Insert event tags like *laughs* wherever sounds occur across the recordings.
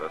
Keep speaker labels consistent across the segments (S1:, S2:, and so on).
S1: The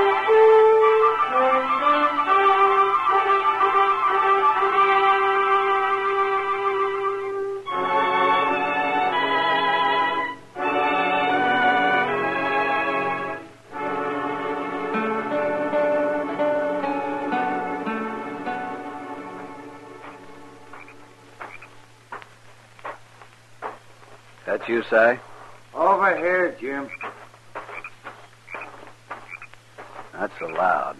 S2: That you, Si?
S3: Over here, Jim.
S2: That's allowed.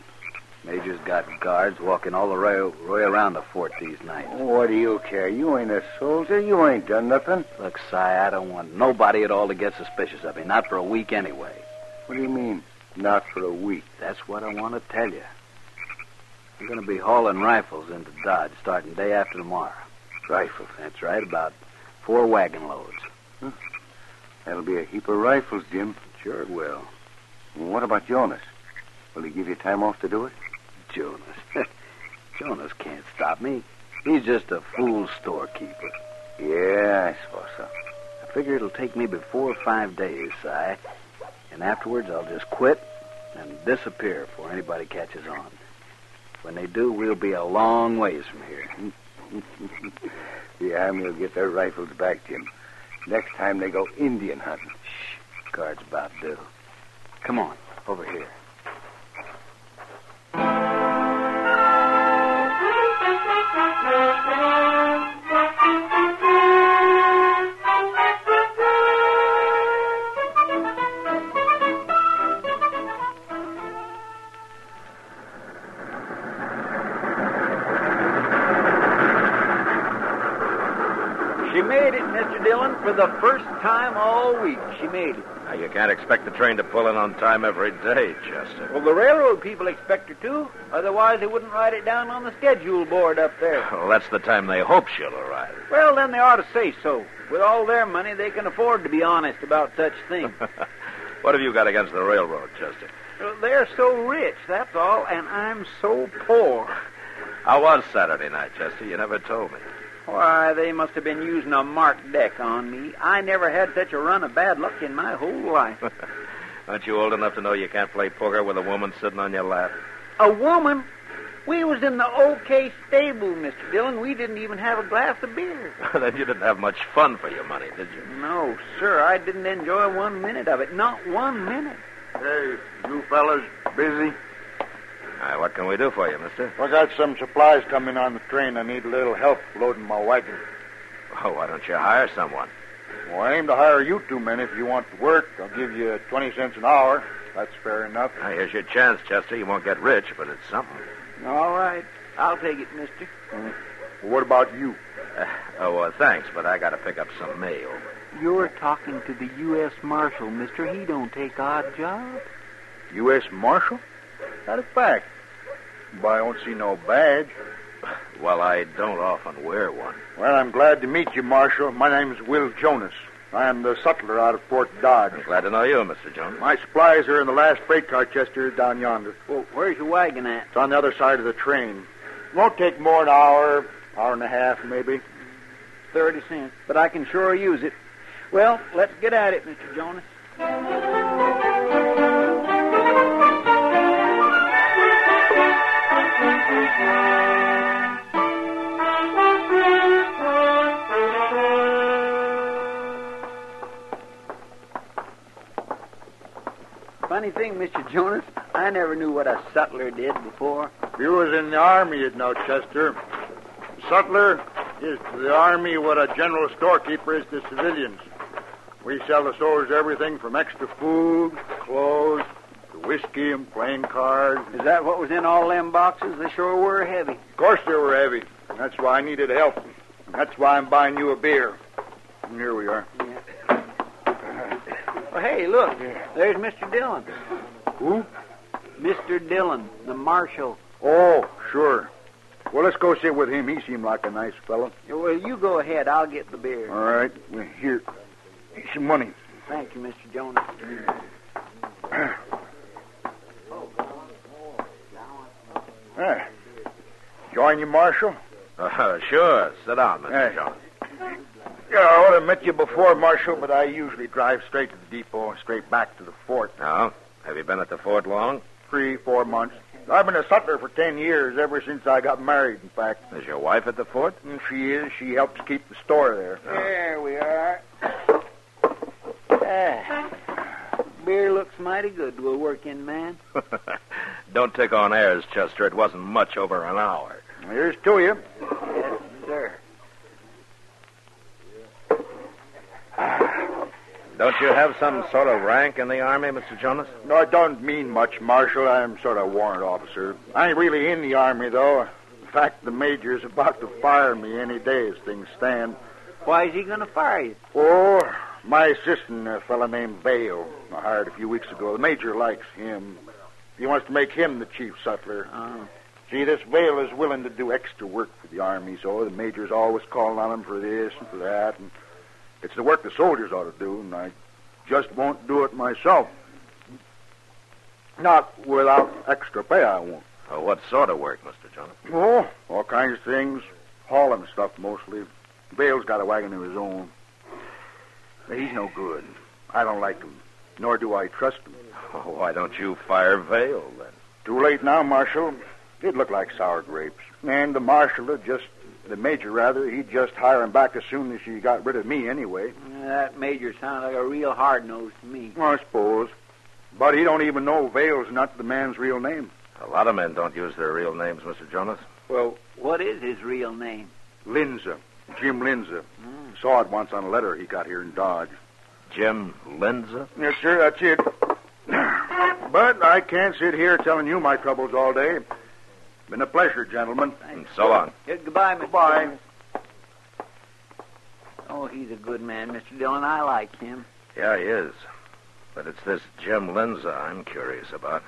S2: Major's got guards walking all the way, way around the fort these nights.
S3: What do you care? You ain't a soldier. You ain't done nothing.
S2: Look, Si, I don't want nobody at all to get suspicious of me. Not for a week, anyway.
S3: What do you mean? Not for a week.
S2: That's what I want to tell you. I'm going to be hauling rifles into Dodge starting day after tomorrow.
S3: Rifles.
S2: That's right, about four wagon loads.
S3: That'll be a heap of rifles, Jim.
S2: Sure it will.
S3: And what about Jonas? Will he give you time off to do it?
S2: Jonas. *laughs* Jonas can't stop me. He's just a fool storekeeper.
S3: Yeah, I suppose so.
S2: I figure it'll take me but four or five days, Si. And afterwards, I'll just quit and disappear before anybody catches on. When they do, we'll be a long ways from here.
S3: The army will get their rifles back, Jim. Next time they go Indian hunting.
S2: Shh, guard's about due. Come on, over here.
S4: She made it, Mr. Dillon, for the first time all week. She made it.
S5: Now, you can't expect the train to pull in on time every day, Chester.
S4: Well, the railroad people expect her to. Otherwise, they wouldn't write it down on the schedule board up there.
S5: Well, that's the time they hope she'll arrive.
S4: Well, then they ought to say so. With all their money, they can afford to be honest about such
S5: *laughs*
S4: things.
S5: What have you got against the railroad, Chester?
S4: Well, They're so rich, that's all, and I'm so poor.
S5: How was Saturday night, Chester? You never told me.
S4: Why, they must have been using a marked deck on me. I never had such a run of bad luck in my whole
S5: *laughs*
S4: life.
S5: Aren't you old enough to know you can't play poker with a woman sitting on your lap? *laughs*
S4: A woman? We was in the OK stable, Mr. Dillon. We didn't even have a glass of beer.
S5: then you didn't have much fun for your money, did you?
S4: No, sir, I didn't enjoy one minute of it. Not one minute.
S6: Hey, you fellas, busy?
S5: Now, what can we do for you, mister?
S6: I got some supplies coming on the train. I need a little help loading my wagon.
S5: Oh, why don't you hire someone?
S6: Well, I aim to hire you two men if you want to work. I'll give you 20 cents an hour. That's fair enough.
S5: Now, here's your chance, Chester. You won't get rich, but it's something.
S4: All right. I'll take it, mister.
S6: What about you?
S5: Oh, uh, thanks, but I gotta pick up some mail.
S7: You're talking to the U.S. Marshal, mister. He don't take odd jobs.
S6: U.S. Marshal? Not a fact. But I don't see no badge.
S5: Well, I don't often wear one.
S6: Well, I'm glad to meet you, Marshal. My name's Will Jonas. I am the sutler out of Fort Dodge.
S5: I'm glad to know you, Mr. Jones. *laughs*
S6: My supplies are in the last freight car, Chester, down yonder.
S4: Well, where's your wagon at?
S6: It's on the other side of the train. Won't take more an hour, hour and a half, maybe.
S4: Thirty cents. But I can sure use it. Well, let's get at it, Mr. Jonas. Funny thing, Mr. Jonas, I never knew what a sutler did before.
S6: If you was in the army, you'd know, Chester. Sutler is to the army what a general storekeeper is to civilians. We sell the soldiers everything from extra food, clothes, to whiskey and playing cards.
S4: Is that what was in all them boxes? They sure were heavy.
S6: Of course they were heavy. And that's why I needed help. And that's why I'm buying you a beer. And here we are.
S4: Well, hey, look, there's Mr. Dillon. Who? Mr. Dillon, the marshal.
S6: Oh, sure. Well, let's go sit with him. He seemed like a nice fellow.
S4: Well, you go ahead. I'll get the beer.
S6: All right. Well, here. Here's some money.
S4: Thank you, Mr. Jonas.
S6: Uh. Ah. Join you, Marshal?
S5: Uh, sure. Sit down, Mr.
S6: Hey.
S5: Jones.
S6: Yeah, I would have met you before, Marshal, but I usually drive straight to the depot and straight back to the fort.
S5: No? Have you been at the fort long? *laughs*
S6: Three, four months. I've been a sutler for ten years, ever since I got married, in fact.
S5: Is your wife at the fort?
S6: And she is. She helps keep the store there.
S4: There we are. Ah. Beer looks mighty good to a working man.
S5: Don't take on airs, Chester. It wasn't much over an hour.
S6: Here's to you.
S4: Yes, sir.
S5: Don't you have some sort of rank in the army, Mr. Jonas?
S6: No, I don't mean much, Marshal. I'm sort of warrant officer. I ain't really in the Army, though. In fact, the Major's about to fire me any day as things stand.
S4: Why is he going to fire you?
S6: Oh, my assistant, a fellow named Bale, I hired a few weeks ago. The Major likes him. He wants to make him the chief sutler.
S4: Oh.
S6: See, this Bale is willing to do extra work for the Army, so the Major's always calling on him for this and for that. And it's the work the soldiers ought to do, and I just won't do it myself. Not without extra pay, I won't.
S5: Or Oh, what sort of work, Mr. Jonas?
S6: Oh, all kinds of things. Hauling stuff mostly. Bale's got a wagon of his own. But he's no good. I don't like him, nor do I trust him.
S5: Oh, why don't you fire Vale, then?
S6: Too late now, Marshal. It looked like sour grapes. And the marshal had just, the major rather, he'd just hire him back as soon as he got rid of me anyway.
S4: That major sounds like a real hard nose to me.
S6: Well, I suppose. But he don't even know Vale's not the man's real name.
S5: A lot of men don't use their real names, Mr. Jonas.
S6: Well,
S4: What is his real name?
S6: Linza, Jim Linza. Saw it once on a letter he got here in Dodge.
S5: Jim Lindsay?
S6: Yes, sir, that's it. but I can't sit here telling you my troubles all day. Been a pleasure, gentlemen.
S5: And so long.
S4: Yeah, goodbye, Mr.
S6: Goodbye.
S4: Dillon. Oh, he's a good man, Mr. Dillon. I like him.
S5: Yeah, he is. But it's this Jim Lindsay I'm curious about.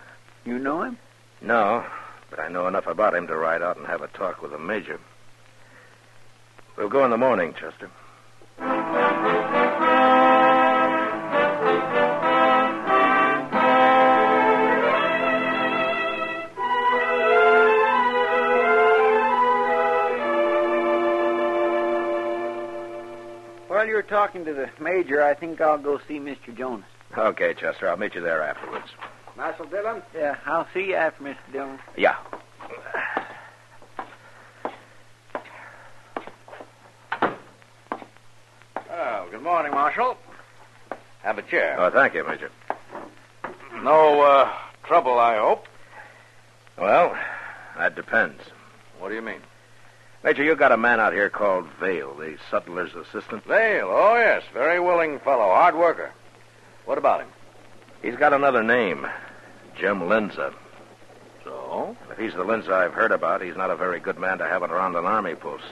S4: You know him?
S5: No, but I know enough about him to ride out and have a talk with the major. We'll go in the morning, Chester.
S4: While you're talking to the major, I think I'll go see Mr. Jonas.
S5: Okay, Chester, I'll meet you there afterwards.
S2: Marshal Dillon?
S4: Yeah, I'll see you after, Mr. Dillon. *laughs*
S5: Yeah.
S8: Oh, good morning, Marshal. Have a chair.
S5: Oh, thank you, Major.
S8: No uh, trouble, I hope.
S5: Well, that depends.
S8: What do you mean?
S5: Major, you got a man out here called Vale, the sutler's assistant.
S8: Vale. Oh, yes. Very willing fellow. Hard worker. What about him?
S5: He's got another name, Jim Lindsay.
S8: So?
S5: If he's the Lindsay I've heard about, he's not a very good man to have around an army post.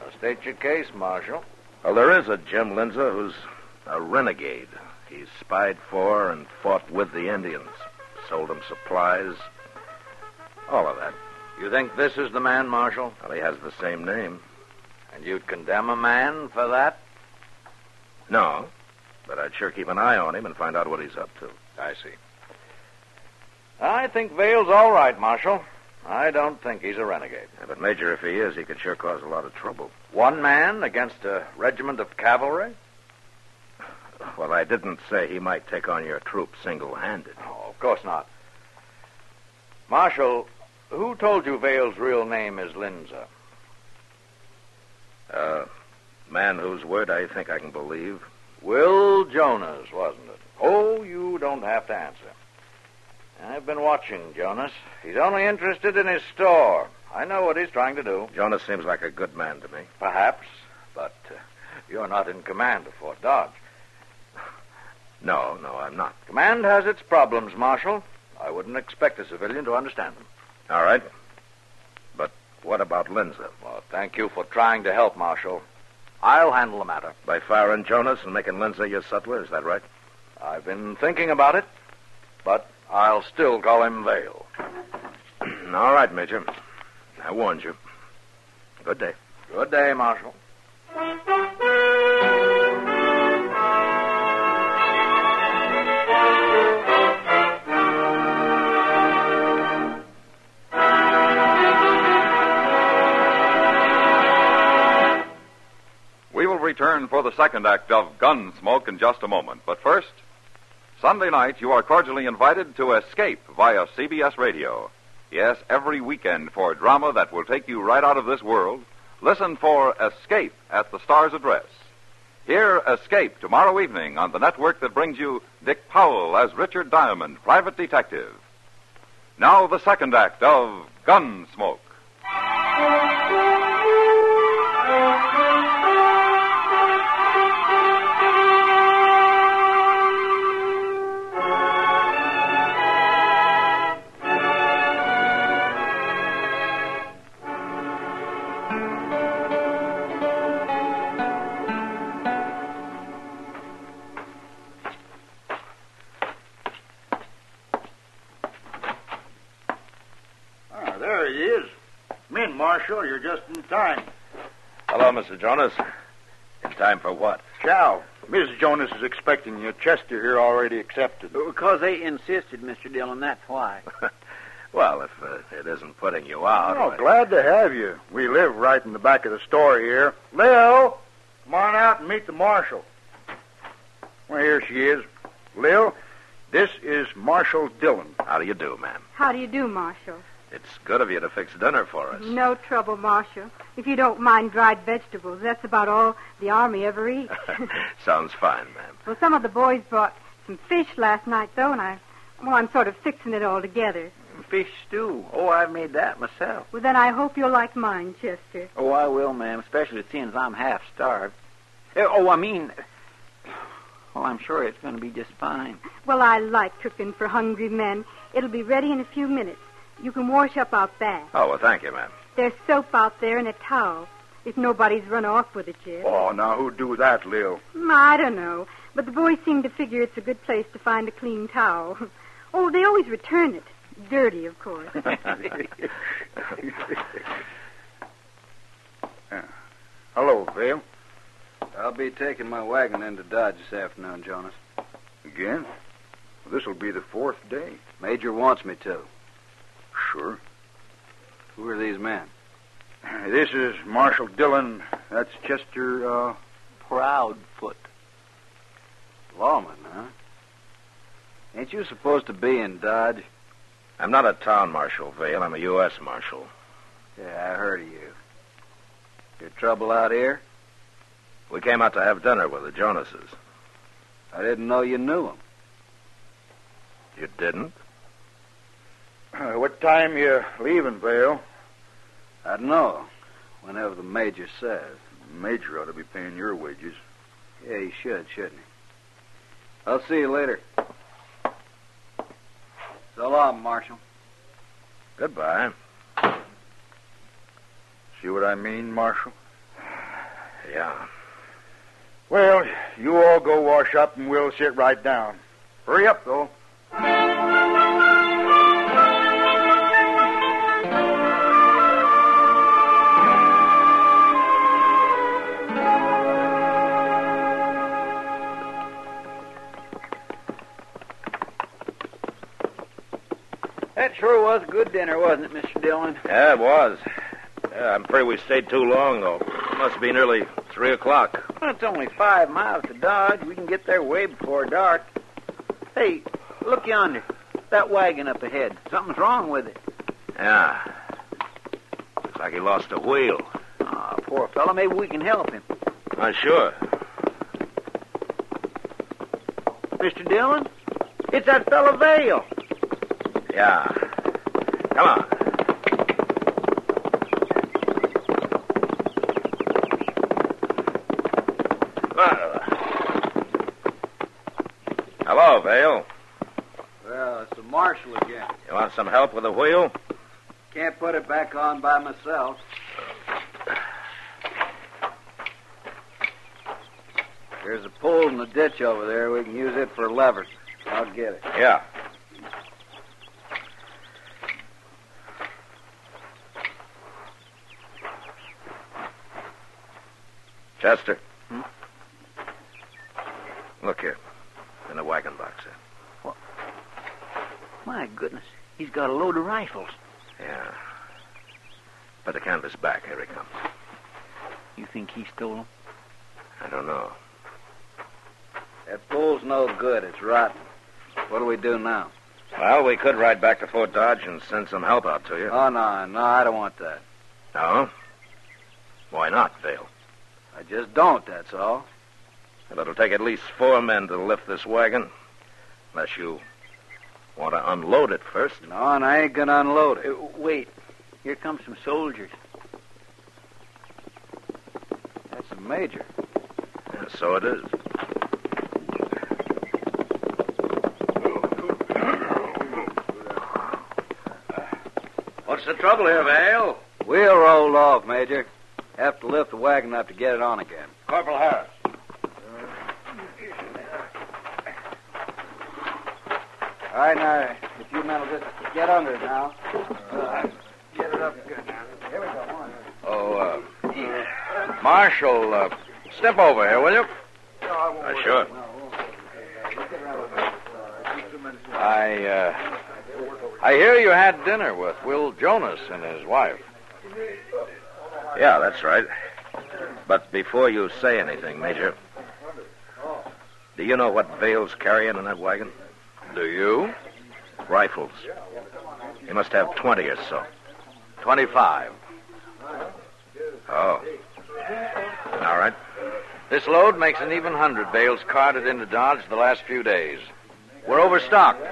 S8: Now state your case, Marshal.
S5: Well, there is a Jim Lindsay who's a renegade. He spied for and fought with the Indians, sold them supplies, all of that.
S8: You think this is the man, Marshal?
S5: Well, he has the same name.
S8: And you'd condemn a man for that?
S5: No, but I'd sure keep an eye on him and find out what he's up to.
S8: I see. I think Vale's all right, Marshal. I don't think he's a renegade.
S5: Yeah, but, Major, if he is, he could sure cause a lot of trouble.
S8: One man against a regiment of cavalry?
S5: Well, I didn't say he might take on your troop single handed.
S8: No, of course not. Marshal, who told you Vale's real name is Linza?
S5: Uh, man whose word I think I can believe.
S8: Will Jonas, wasn't it? Oh, you don't have to answer. I've been watching Jonas. He's only interested in his store. I know what he's trying to do.
S5: Jonas seems like a good man to me.
S8: Perhaps, but uh, you're not in command of Fort Dodge.
S5: No, no, I'm not.
S8: Command has its problems, Marshal. I wouldn't expect a civilian to understand them.
S5: All right. But What about Linza?
S8: Well, thank you for trying to help, Marshal. I'll handle the matter.
S5: By firing Jonas and making Linza your sutler, is that right?
S8: I've been thinking about it, but I'll still call him Vale.
S5: *clears throat* All right, Major. I warned you. Good day.
S8: Good day, Marshal.
S1: We will return for the second act of Gunsmoke in just a moment. But first, Sunday night, you are cordially invited to escape via CBS radio. Yes, every weekend for drama that will take you right out of this world, listen for Escape at the Star's address. Hear Escape tomorrow evening on the network that brings you Dick Powell as Richard Diamond, private detective. Now, the second act of Gunsmoke.
S6: Ah, there he is. Come in, Marshal. You're just in time.
S5: Hello, Mr. Jonas. In time for what?
S6: Chow. Mrs. Jonas is expecting you. Chester here already accepted.
S5: Oh,
S4: Because they insisted, Mr. Dillon, that's why.
S5: Well, if uh, it isn't putting you out.
S6: Oh,
S5: I-
S6: glad to have you. We live right in the back of the store here. Lil, come on out and meet the marshal. Well, here she is. Lil, this is Marshal Dillon.
S5: How do you do, ma'am?
S9: How do you do, Marshal?
S5: It's good of you to fix dinner for us.
S9: No trouble, Marshal. If you don't mind dried vegetables, that's about all the Army ever eats.
S5: *laughs* Sounds fine, ma'am.
S9: well, some of the boys brought some fish last night, though, and I, well, I'm sort of fixing it all together.
S4: *laughs* Fish stew. Oh, I made that myself.
S9: Well, then I hope you'll like mine, Chester.
S4: Oh, I will, ma'am, especially seeing as I'm half starved. Eh, Oh, I mean, *sighs* well, I'm sure it's going to be just fine.
S9: Well, I like cooking for hungry men. It'll be ready in a few minutes. You can wash up out back.
S5: Oh, well, thank you, ma'am.
S9: There's soap out there and a towel, if nobody's run off with it yet.
S6: Oh, now who'd do that, Lil?
S9: Mm, I don't know, but the boys seem to figure it's a good place to find a clean towel. *laughs* Oh, they always return it. Dirty, of course.
S6: Hello, Vale.
S2: I'll be taking my wagon into Dodge this afternoon, Jonas.
S6: Again? this'll be the fourth day.
S2: Major wants me to.
S6: Sure.
S2: Who are these men?
S6: This is Marshal Dillon. That's Chester, uh,
S4: Proudfoot.
S2: Lawmen, huh? Ain't you supposed to be in Dodge?
S5: I'm not a town marshal, Vale. I'm a U.S. marshal.
S2: Yeah, I heard of you. Your trouble out here?
S5: We came out to have dinner with the Jonases.
S2: I didn't know you knew 'em.
S5: You didn't?
S6: uh, what time you leaving, Vale?
S2: I don't know. Whenever the major says.
S6: Major ought to be paying your wages.
S2: Yeah, he should, shouldn't he? I'll see you later. So long, Marshal.
S5: Goodbye.
S6: See what I mean, Marshal?
S5: Yeah.
S6: Well, you all go wash up and we'll sit right down. Hurry up, though.
S4: That sure was good dinner, wasn't it, Mr. Dillon?
S5: Yeah, it was. Yeah, I'm afraid we stayed too long, though. Must be nearly 3 o'clock.
S4: Well, it's only five miles to Dodge. We can get there way before dark. Hey, look yonder. That wagon up ahead. Something's wrong with it.
S5: Yeah. Looks like he lost a wheel.
S4: Ah, poor fellow. Maybe we can help him.
S5: Uh, sure.
S4: Mr. Dillon? It's that fellow Vale.
S5: Yeah. Come on. Hello, Vale.
S2: Well, it's the Marshal again.
S5: You want some help with the wheel?
S4: Can't put it back on by myself. There's a pole in the ditch over there. We can use it for levers. I'll get it.
S1: Yeah.
S5: Chester. Hmm? Look here. In the wagon box. there.
S7: My goodness, he's got a load of rifles.
S5: Yeah. Put the canvas back. Here he comes.
S7: You think he stole them?
S5: I don't know.
S4: That pole's no good. It's rotten. What do we do now?
S5: Well, we could ride back to Fort Dodge and send some help out to you.
S4: Oh, no, no, I don't want that.
S5: No? Why not, Dale?
S4: I just don't, that's all.
S5: Well, it'll take at least four men to lift this wagon. Unless you want to unload it first.
S4: No, and I ain't gonna unload it.
S7: Uh, wait, here come some soldiers.
S4: That's a major.
S5: Yeah, so it is.
S8: What's the trouble here, Vale?
S4: We'll roll off, Major. Have to lift the wagon up to get it on again.
S8: Corporal Harris.
S4: All right, now, if you men will just get under it now. get it up good now. Here we go.
S8: Oh, uh, Marshal, uh, step over here, will you?
S5: Uh, sure.
S8: I, uh, I hear you had dinner with Will Jonas and his wife.
S5: Yeah, that's right. But before you say anything, Major, do you know what Vale's carrying in that wagon?
S8: Do you?
S5: Rifles. He must have 20 or so.
S8: Twenty-five.
S5: Oh. All right.
S8: This load makes an even hundred bales carted into Dodge the last few days. We're overstocked,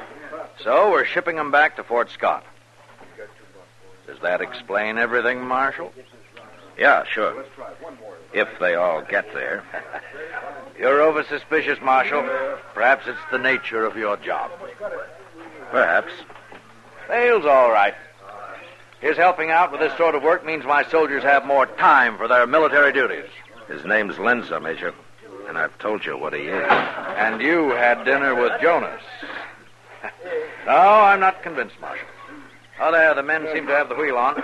S8: so we're shipping them back to Fort Scott. Does that explain everything, Marshal?
S5: Yeah, sure. If they all get there.
S8: *laughs* You're over suspicious, Marshal. Perhaps it's the nature of your job.
S5: Perhaps.
S8: Bale's all right. His helping out with this sort of work means my soldiers have more time for their military duties.
S5: His name's Lenza, Major. And I've told you what he is.
S8: And you had dinner with Jonas. *laughs* no, I'm not convinced, Marshal. Oh, there, the men seem to have the wheel on.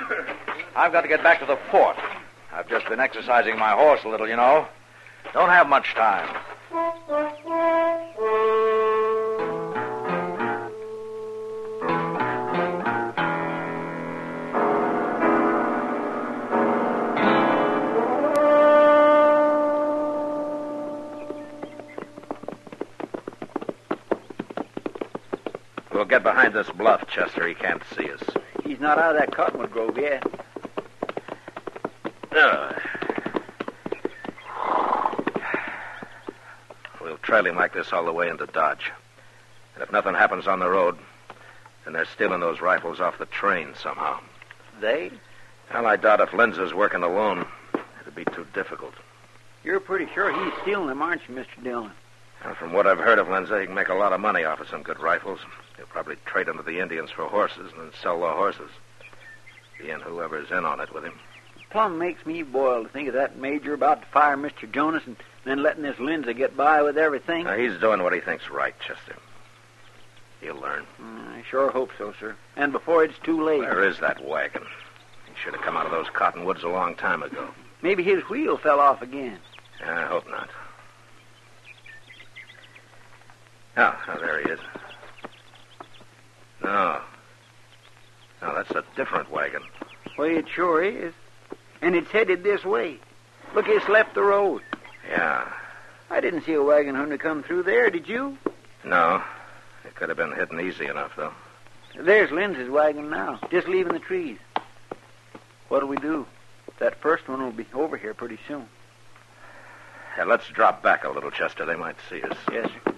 S8: I've got to get back to the fort. I've just been exercising my horse a little, you know. Don't have much time.
S5: We'll get behind this bluff, Chester. He can't see us.
S4: He's not out of that cottonwood grove yet.
S5: Ugh. We'll trail him like this all the way into Dodge. And if nothing happens on the road, then they're stealing those rifles off the train somehow.
S4: They?
S5: Well, I doubt if Lenza's working alone. It'd be too difficult.
S7: You're pretty sure he's stealing them, aren't you, Mr. Dillon?
S5: Now, from what I've heard of Lenza, he can make a lot of money off of some good rifles. He'll probably trade them to the Indians for horses and then sell the horses. He and whoever's in on it with him.
S7: Plum makes me boil to think of that major about to fire Mr. Jonas and then letting this Lindsay get by with everything.
S5: Now, he's doing what he thinks right, Chester. He'll learn.
S7: Mm, I sure hope so, sir. And before it's too late.
S5: Where is that wagon? He should have come out of those cottonwoods a long time ago.
S7: Maybe his wheel fell off again.
S5: I hope not. Oh, oh, there he is. No. No, that's a different wagon.
S7: Well, it sure is. And it's headed this way. Look, it's left the road.
S5: Yeah.
S7: I didn't see a wagon hunter come through there, did you?
S5: No. It could have been hidden easy enough, though.
S7: There's Lindsay's wagon now, just leaving the trees. What'll we do? That first one will be over here pretty soon.
S5: Yeah, let's drop back a little, Chester. They might see us.
S7: Yes, sir.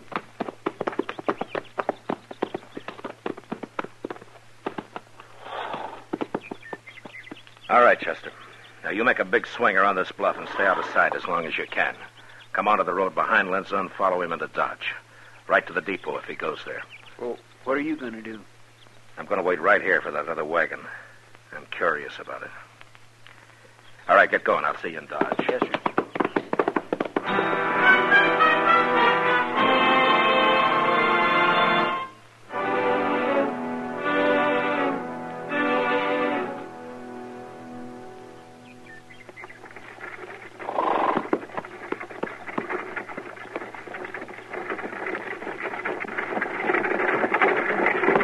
S5: All right, Chester. Now, you make a big swing around this bluff and stay out of sight as long as you can. Come onto the road behind Lenza and follow him into Dodge. Right to the depot if he goes there.
S7: What are you going to do?
S5: I'm going to wait right here for that other wagon. I'm curious about it. All right, get going. I'll see you in Dodge.
S10: Yes, sir.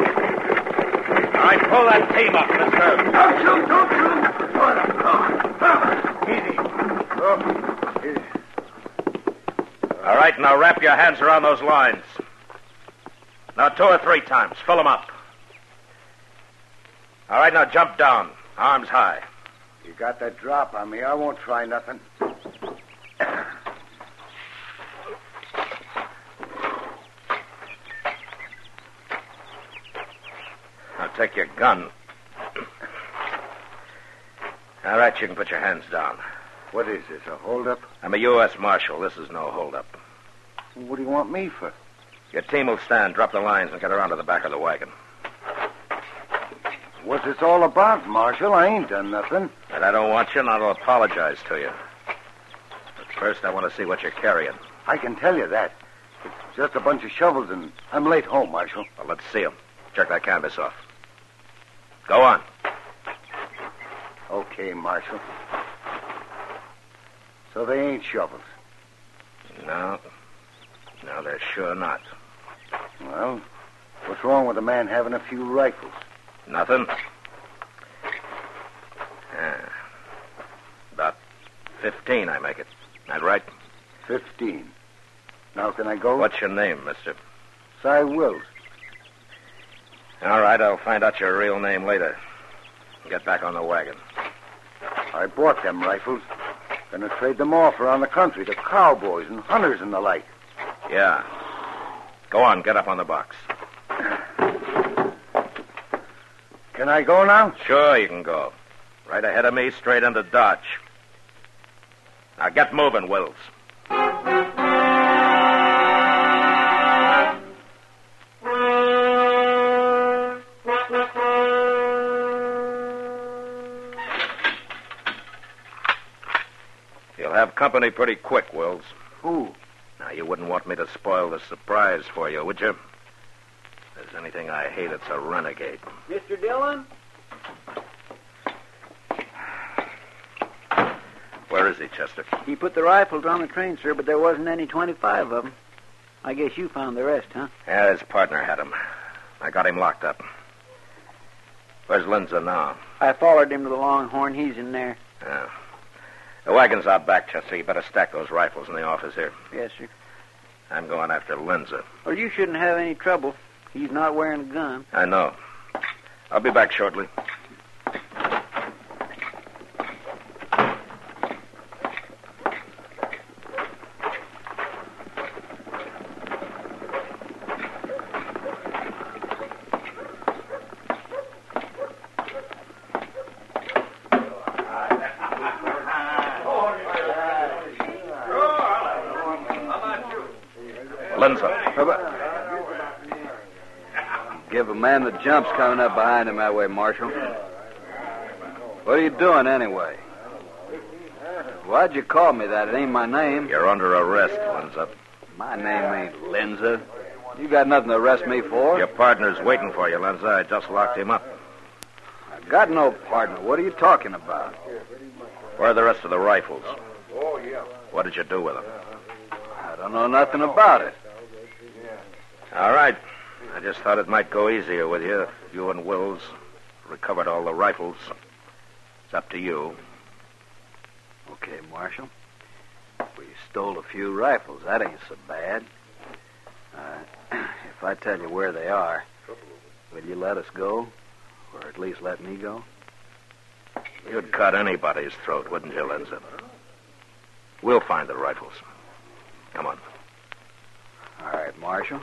S5: All right, pull that team up, mister.
S11: Don't shoot, don't shoot! Easy.
S3: Oh,
S5: All right, now wrap your hands around those lines. Now, two or three times. Fill them up. All right, now jump down. Arms high.
S3: You got that drop on me. I won't try nothing.
S5: Now take your gun. All right, you can put your hands down.
S3: What is this, a holdup?
S5: I'm a U.S. Marshal. This is no holdup.
S3: What do you want me for?
S5: Your team will stand, drop the lines, and get around to the back of the wagon.
S3: What's this all about, Marshal? I ain't done nothing.
S5: And I don't want you, and I'll apologize to you. But first, I want to see what you're carrying.
S3: I can tell you that. It's just a bunch of shovels, and I'm late home, Marshal.
S5: Well, let's see 'em. Check that canvas off. Go on.
S3: Okay, Marshal. So they ain't shovels.
S5: No. No, they're sure not.
S3: Well, what's wrong with a man having a few rifles?
S5: Nothing. Ah. About 15, I make it. That right?
S3: Fifteen. Now can I go?
S5: What's your name, mister?
S3: Cy Wills.
S5: All right, I'll find out your real name later. Get back on the wagon.
S3: I bought them rifles. Gonna trade them off around the country to cowboys and hunters and the like.
S5: Yeah. Go on, get up on the box.
S3: Can I go now?
S5: Sure, you can go. Right ahead of me, straight into Dodge. Now get moving, Wills. You'll have company pretty quick, Wills.
S3: Who?
S5: Now, you wouldn't want me to spoil the surprise for you, would you? If there's anything I hate, it's a renegade.
S12: Mr. Dillon?
S5: Where is he, Chester?
S10: He put the rifles on the train, sir, but there wasn't any 25 of them. I guess you found the rest, huh?
S5: Yeah, his partner had him. I got him locked up. Where's Linza now?
S10: I followed him to the Longhorn. He's in there.
S5: Yeah. The wagon's out back, Chester. You better stack those rifles in the office here.
S10: Yes, sir.
S5: I'm going after Linza.
S10: Well, you shouldn't have any trouble. He's not wearing a gun.
S5: I know. I'll be back shortly. Linza.
S4: Give a man the jumps coming up behind him that way, Marshal. What are you doing anyway? Why'd you call me that? It ain't my name.
S5: You're under arrest, Linza.
S4: My name ain't Linza. You got nothing to arrest me for.
S5: Your partner's waiting for you, Linza. I just locked him up.
S4: I got no partner. What are you talking about?
S5: Where are the rest of the rifles? What did you do with them?
S4: I don't know nothing about it.
S5: All right. I just thought it might go easier with you. if You and Wills recovered all the rifles. It's up to you.
S4: Okay, Marshal. We stole a few rifles. That ain't so bad. Uh, *clears throat* if I tell you where they are, will you let us go? Or at least let me go?
S5: You'd cut anybody's throat, wouldn't you, Lenza? We'll find the rifles. Come on.
S4: All right, Marshal.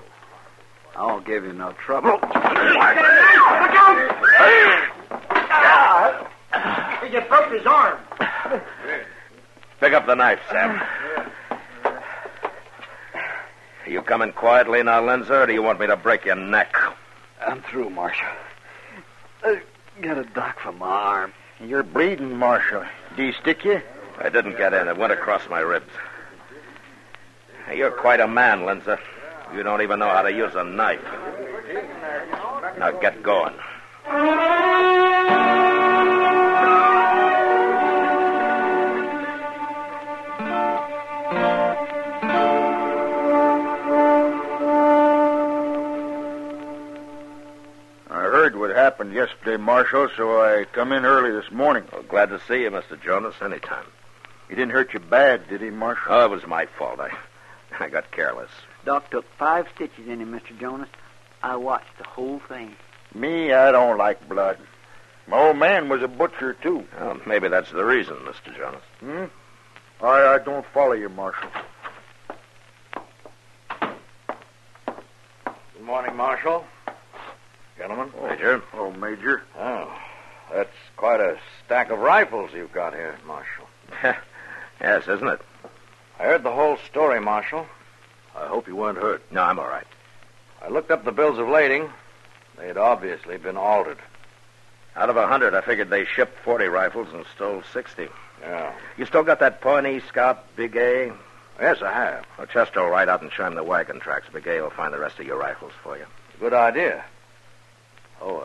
S4: I won't give you no trouble.
S12: You broke his arm.
S5: Pick up the knife, Sam. Are you coming quietly now, Lenza, or do you want me to break your neck?
S4: I'm through, Marshal.
S2: Got a dock for my arm.
S6: You're bleeding, Marshal. Do you stick you?
S5: I didn't get in. It went across my ribs. Hey, You're quite a man, Linzer. You don't even know how to use a knife. Now get going.
S6: I heard what happened yesterday, Marshal, so I come in early this morning.
S5: Well, glad to see you, Mr. Jonas, anytime.
S6: He didn't hurt you bad, did he, Marshal?
S5: Oh, it was my fault. I, I got careless.
S7: Doc took five stitches in him, Mr. Jonas. I watched the whole thing.
S6: Me, I don't like blood. My old man was a butcher, too.
S5: Well, maybe that's the reason, Mr. Jonas.
S6: Hmm? I, I don't follow you, Marshal.
S8: Good morning, Marshal. Gentlemen.
S5: Major,
S6: Oh, Major.
S8: Oh, that's quite a stack of rifles you've got here, Marshal.
S5: *laughs* Yes, isn't it?
S8: I heard the whole story, Marshal. I hope you weren't hurt.
S5: No, I'm all right.
S8: I looked up the bills of lading. They had obviously been altered.
S5: Out of a hundred, I figured they shipped 40 rifles and stole 60.
S8: Yeah.
S5: You still got that Pawnee scalp, Big A?
S8: Yes, I have.
S5: Well, Chester will ride out and chime the wagon tracks. Big A will find the rest of your rifles for you.
S8: Good idea. Oh,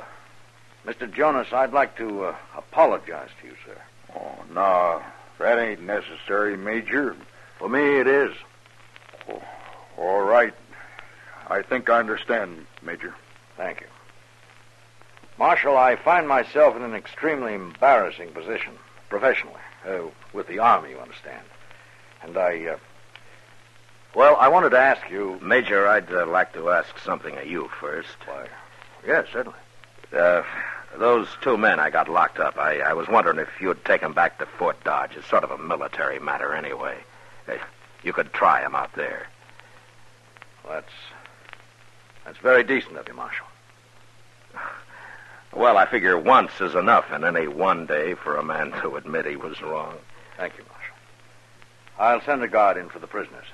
S8: uh, Mr. Jonas, I'd like to uh, apologize to you, sir.
S6: Oh, no. That ain't necessary, Major.
S8: For me, it is.
S6: All right. I think I understand, Major.
S8: Thank you. Marshal, I find myself in an extremely embarrassing position, professionally, uh, with the Army, you understand. And I, uh, well, I wanted to ask you.
S5: Major, I'd uh, like to ask something of you first.
S8: Why, yes, certainly.
S5: Uh, those two men I got locked up, I, I was wondering if you'd take 'em back to Fort Dodge. It's sort of a military matter anyway. Uh, You could try 'em out there.
S8: That's, that's very decent of you, Marshal.
S5: Well, I figure once is enough in any one day for a man to admit he was wrong.
S8: Thank you, Marshal. I'll send a guard in for the prisoners.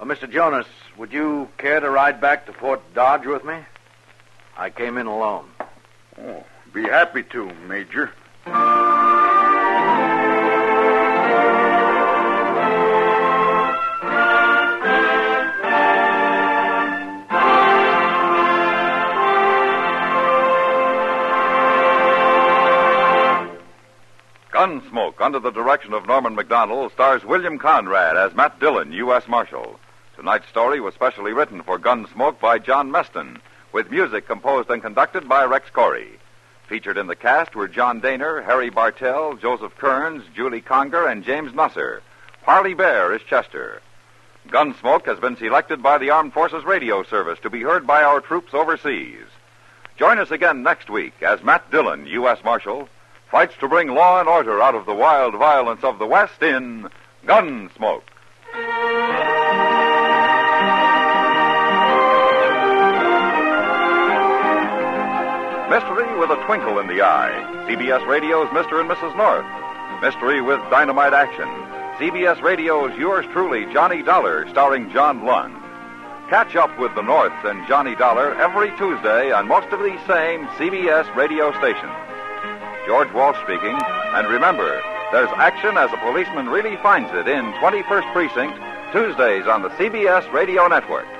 S8: Uh, Mr. Jonas, would you care to ride back to Fort Dodge with me? I came in alone.
S6: Oh, be happy to, Major.
S1: Gunsmoke, under the direction of Norman McDonald, stars William Conrad as Matt Dillon, U.S. Marshal. Tonight's story was specially written for Gunsmoke by John Meston, with music composed and conducted by Rex Corey. Featured in the cast were John Daner, Harry Bartell, Joseph Kearns, Julie Conger, and James Nusser. Parley Bear is Chester. Gunsmoke has been selected by the Armed Forces Radio Service to be heard by our troops overseas. Join us again next week as Matt Dillon, U.S. Marshal, fights to bring law and order out of the wild violence of the West in Gunsmoke. Mystery with a Twinkle in the Eye, CBS Radio's Mr. and Mrs. North. Mystery with Dynamite Action, CBS Radio's Yours Truly, Johnny Dollar, starring John Lund. Catch up with the North and Johnny Dollar every Tuesday on most of these same CBS radio stations. George Walsh speaking. And remember, there's action as a policeman really finds it in 21st Precinct, Tuesdays on the CBS Radio Network.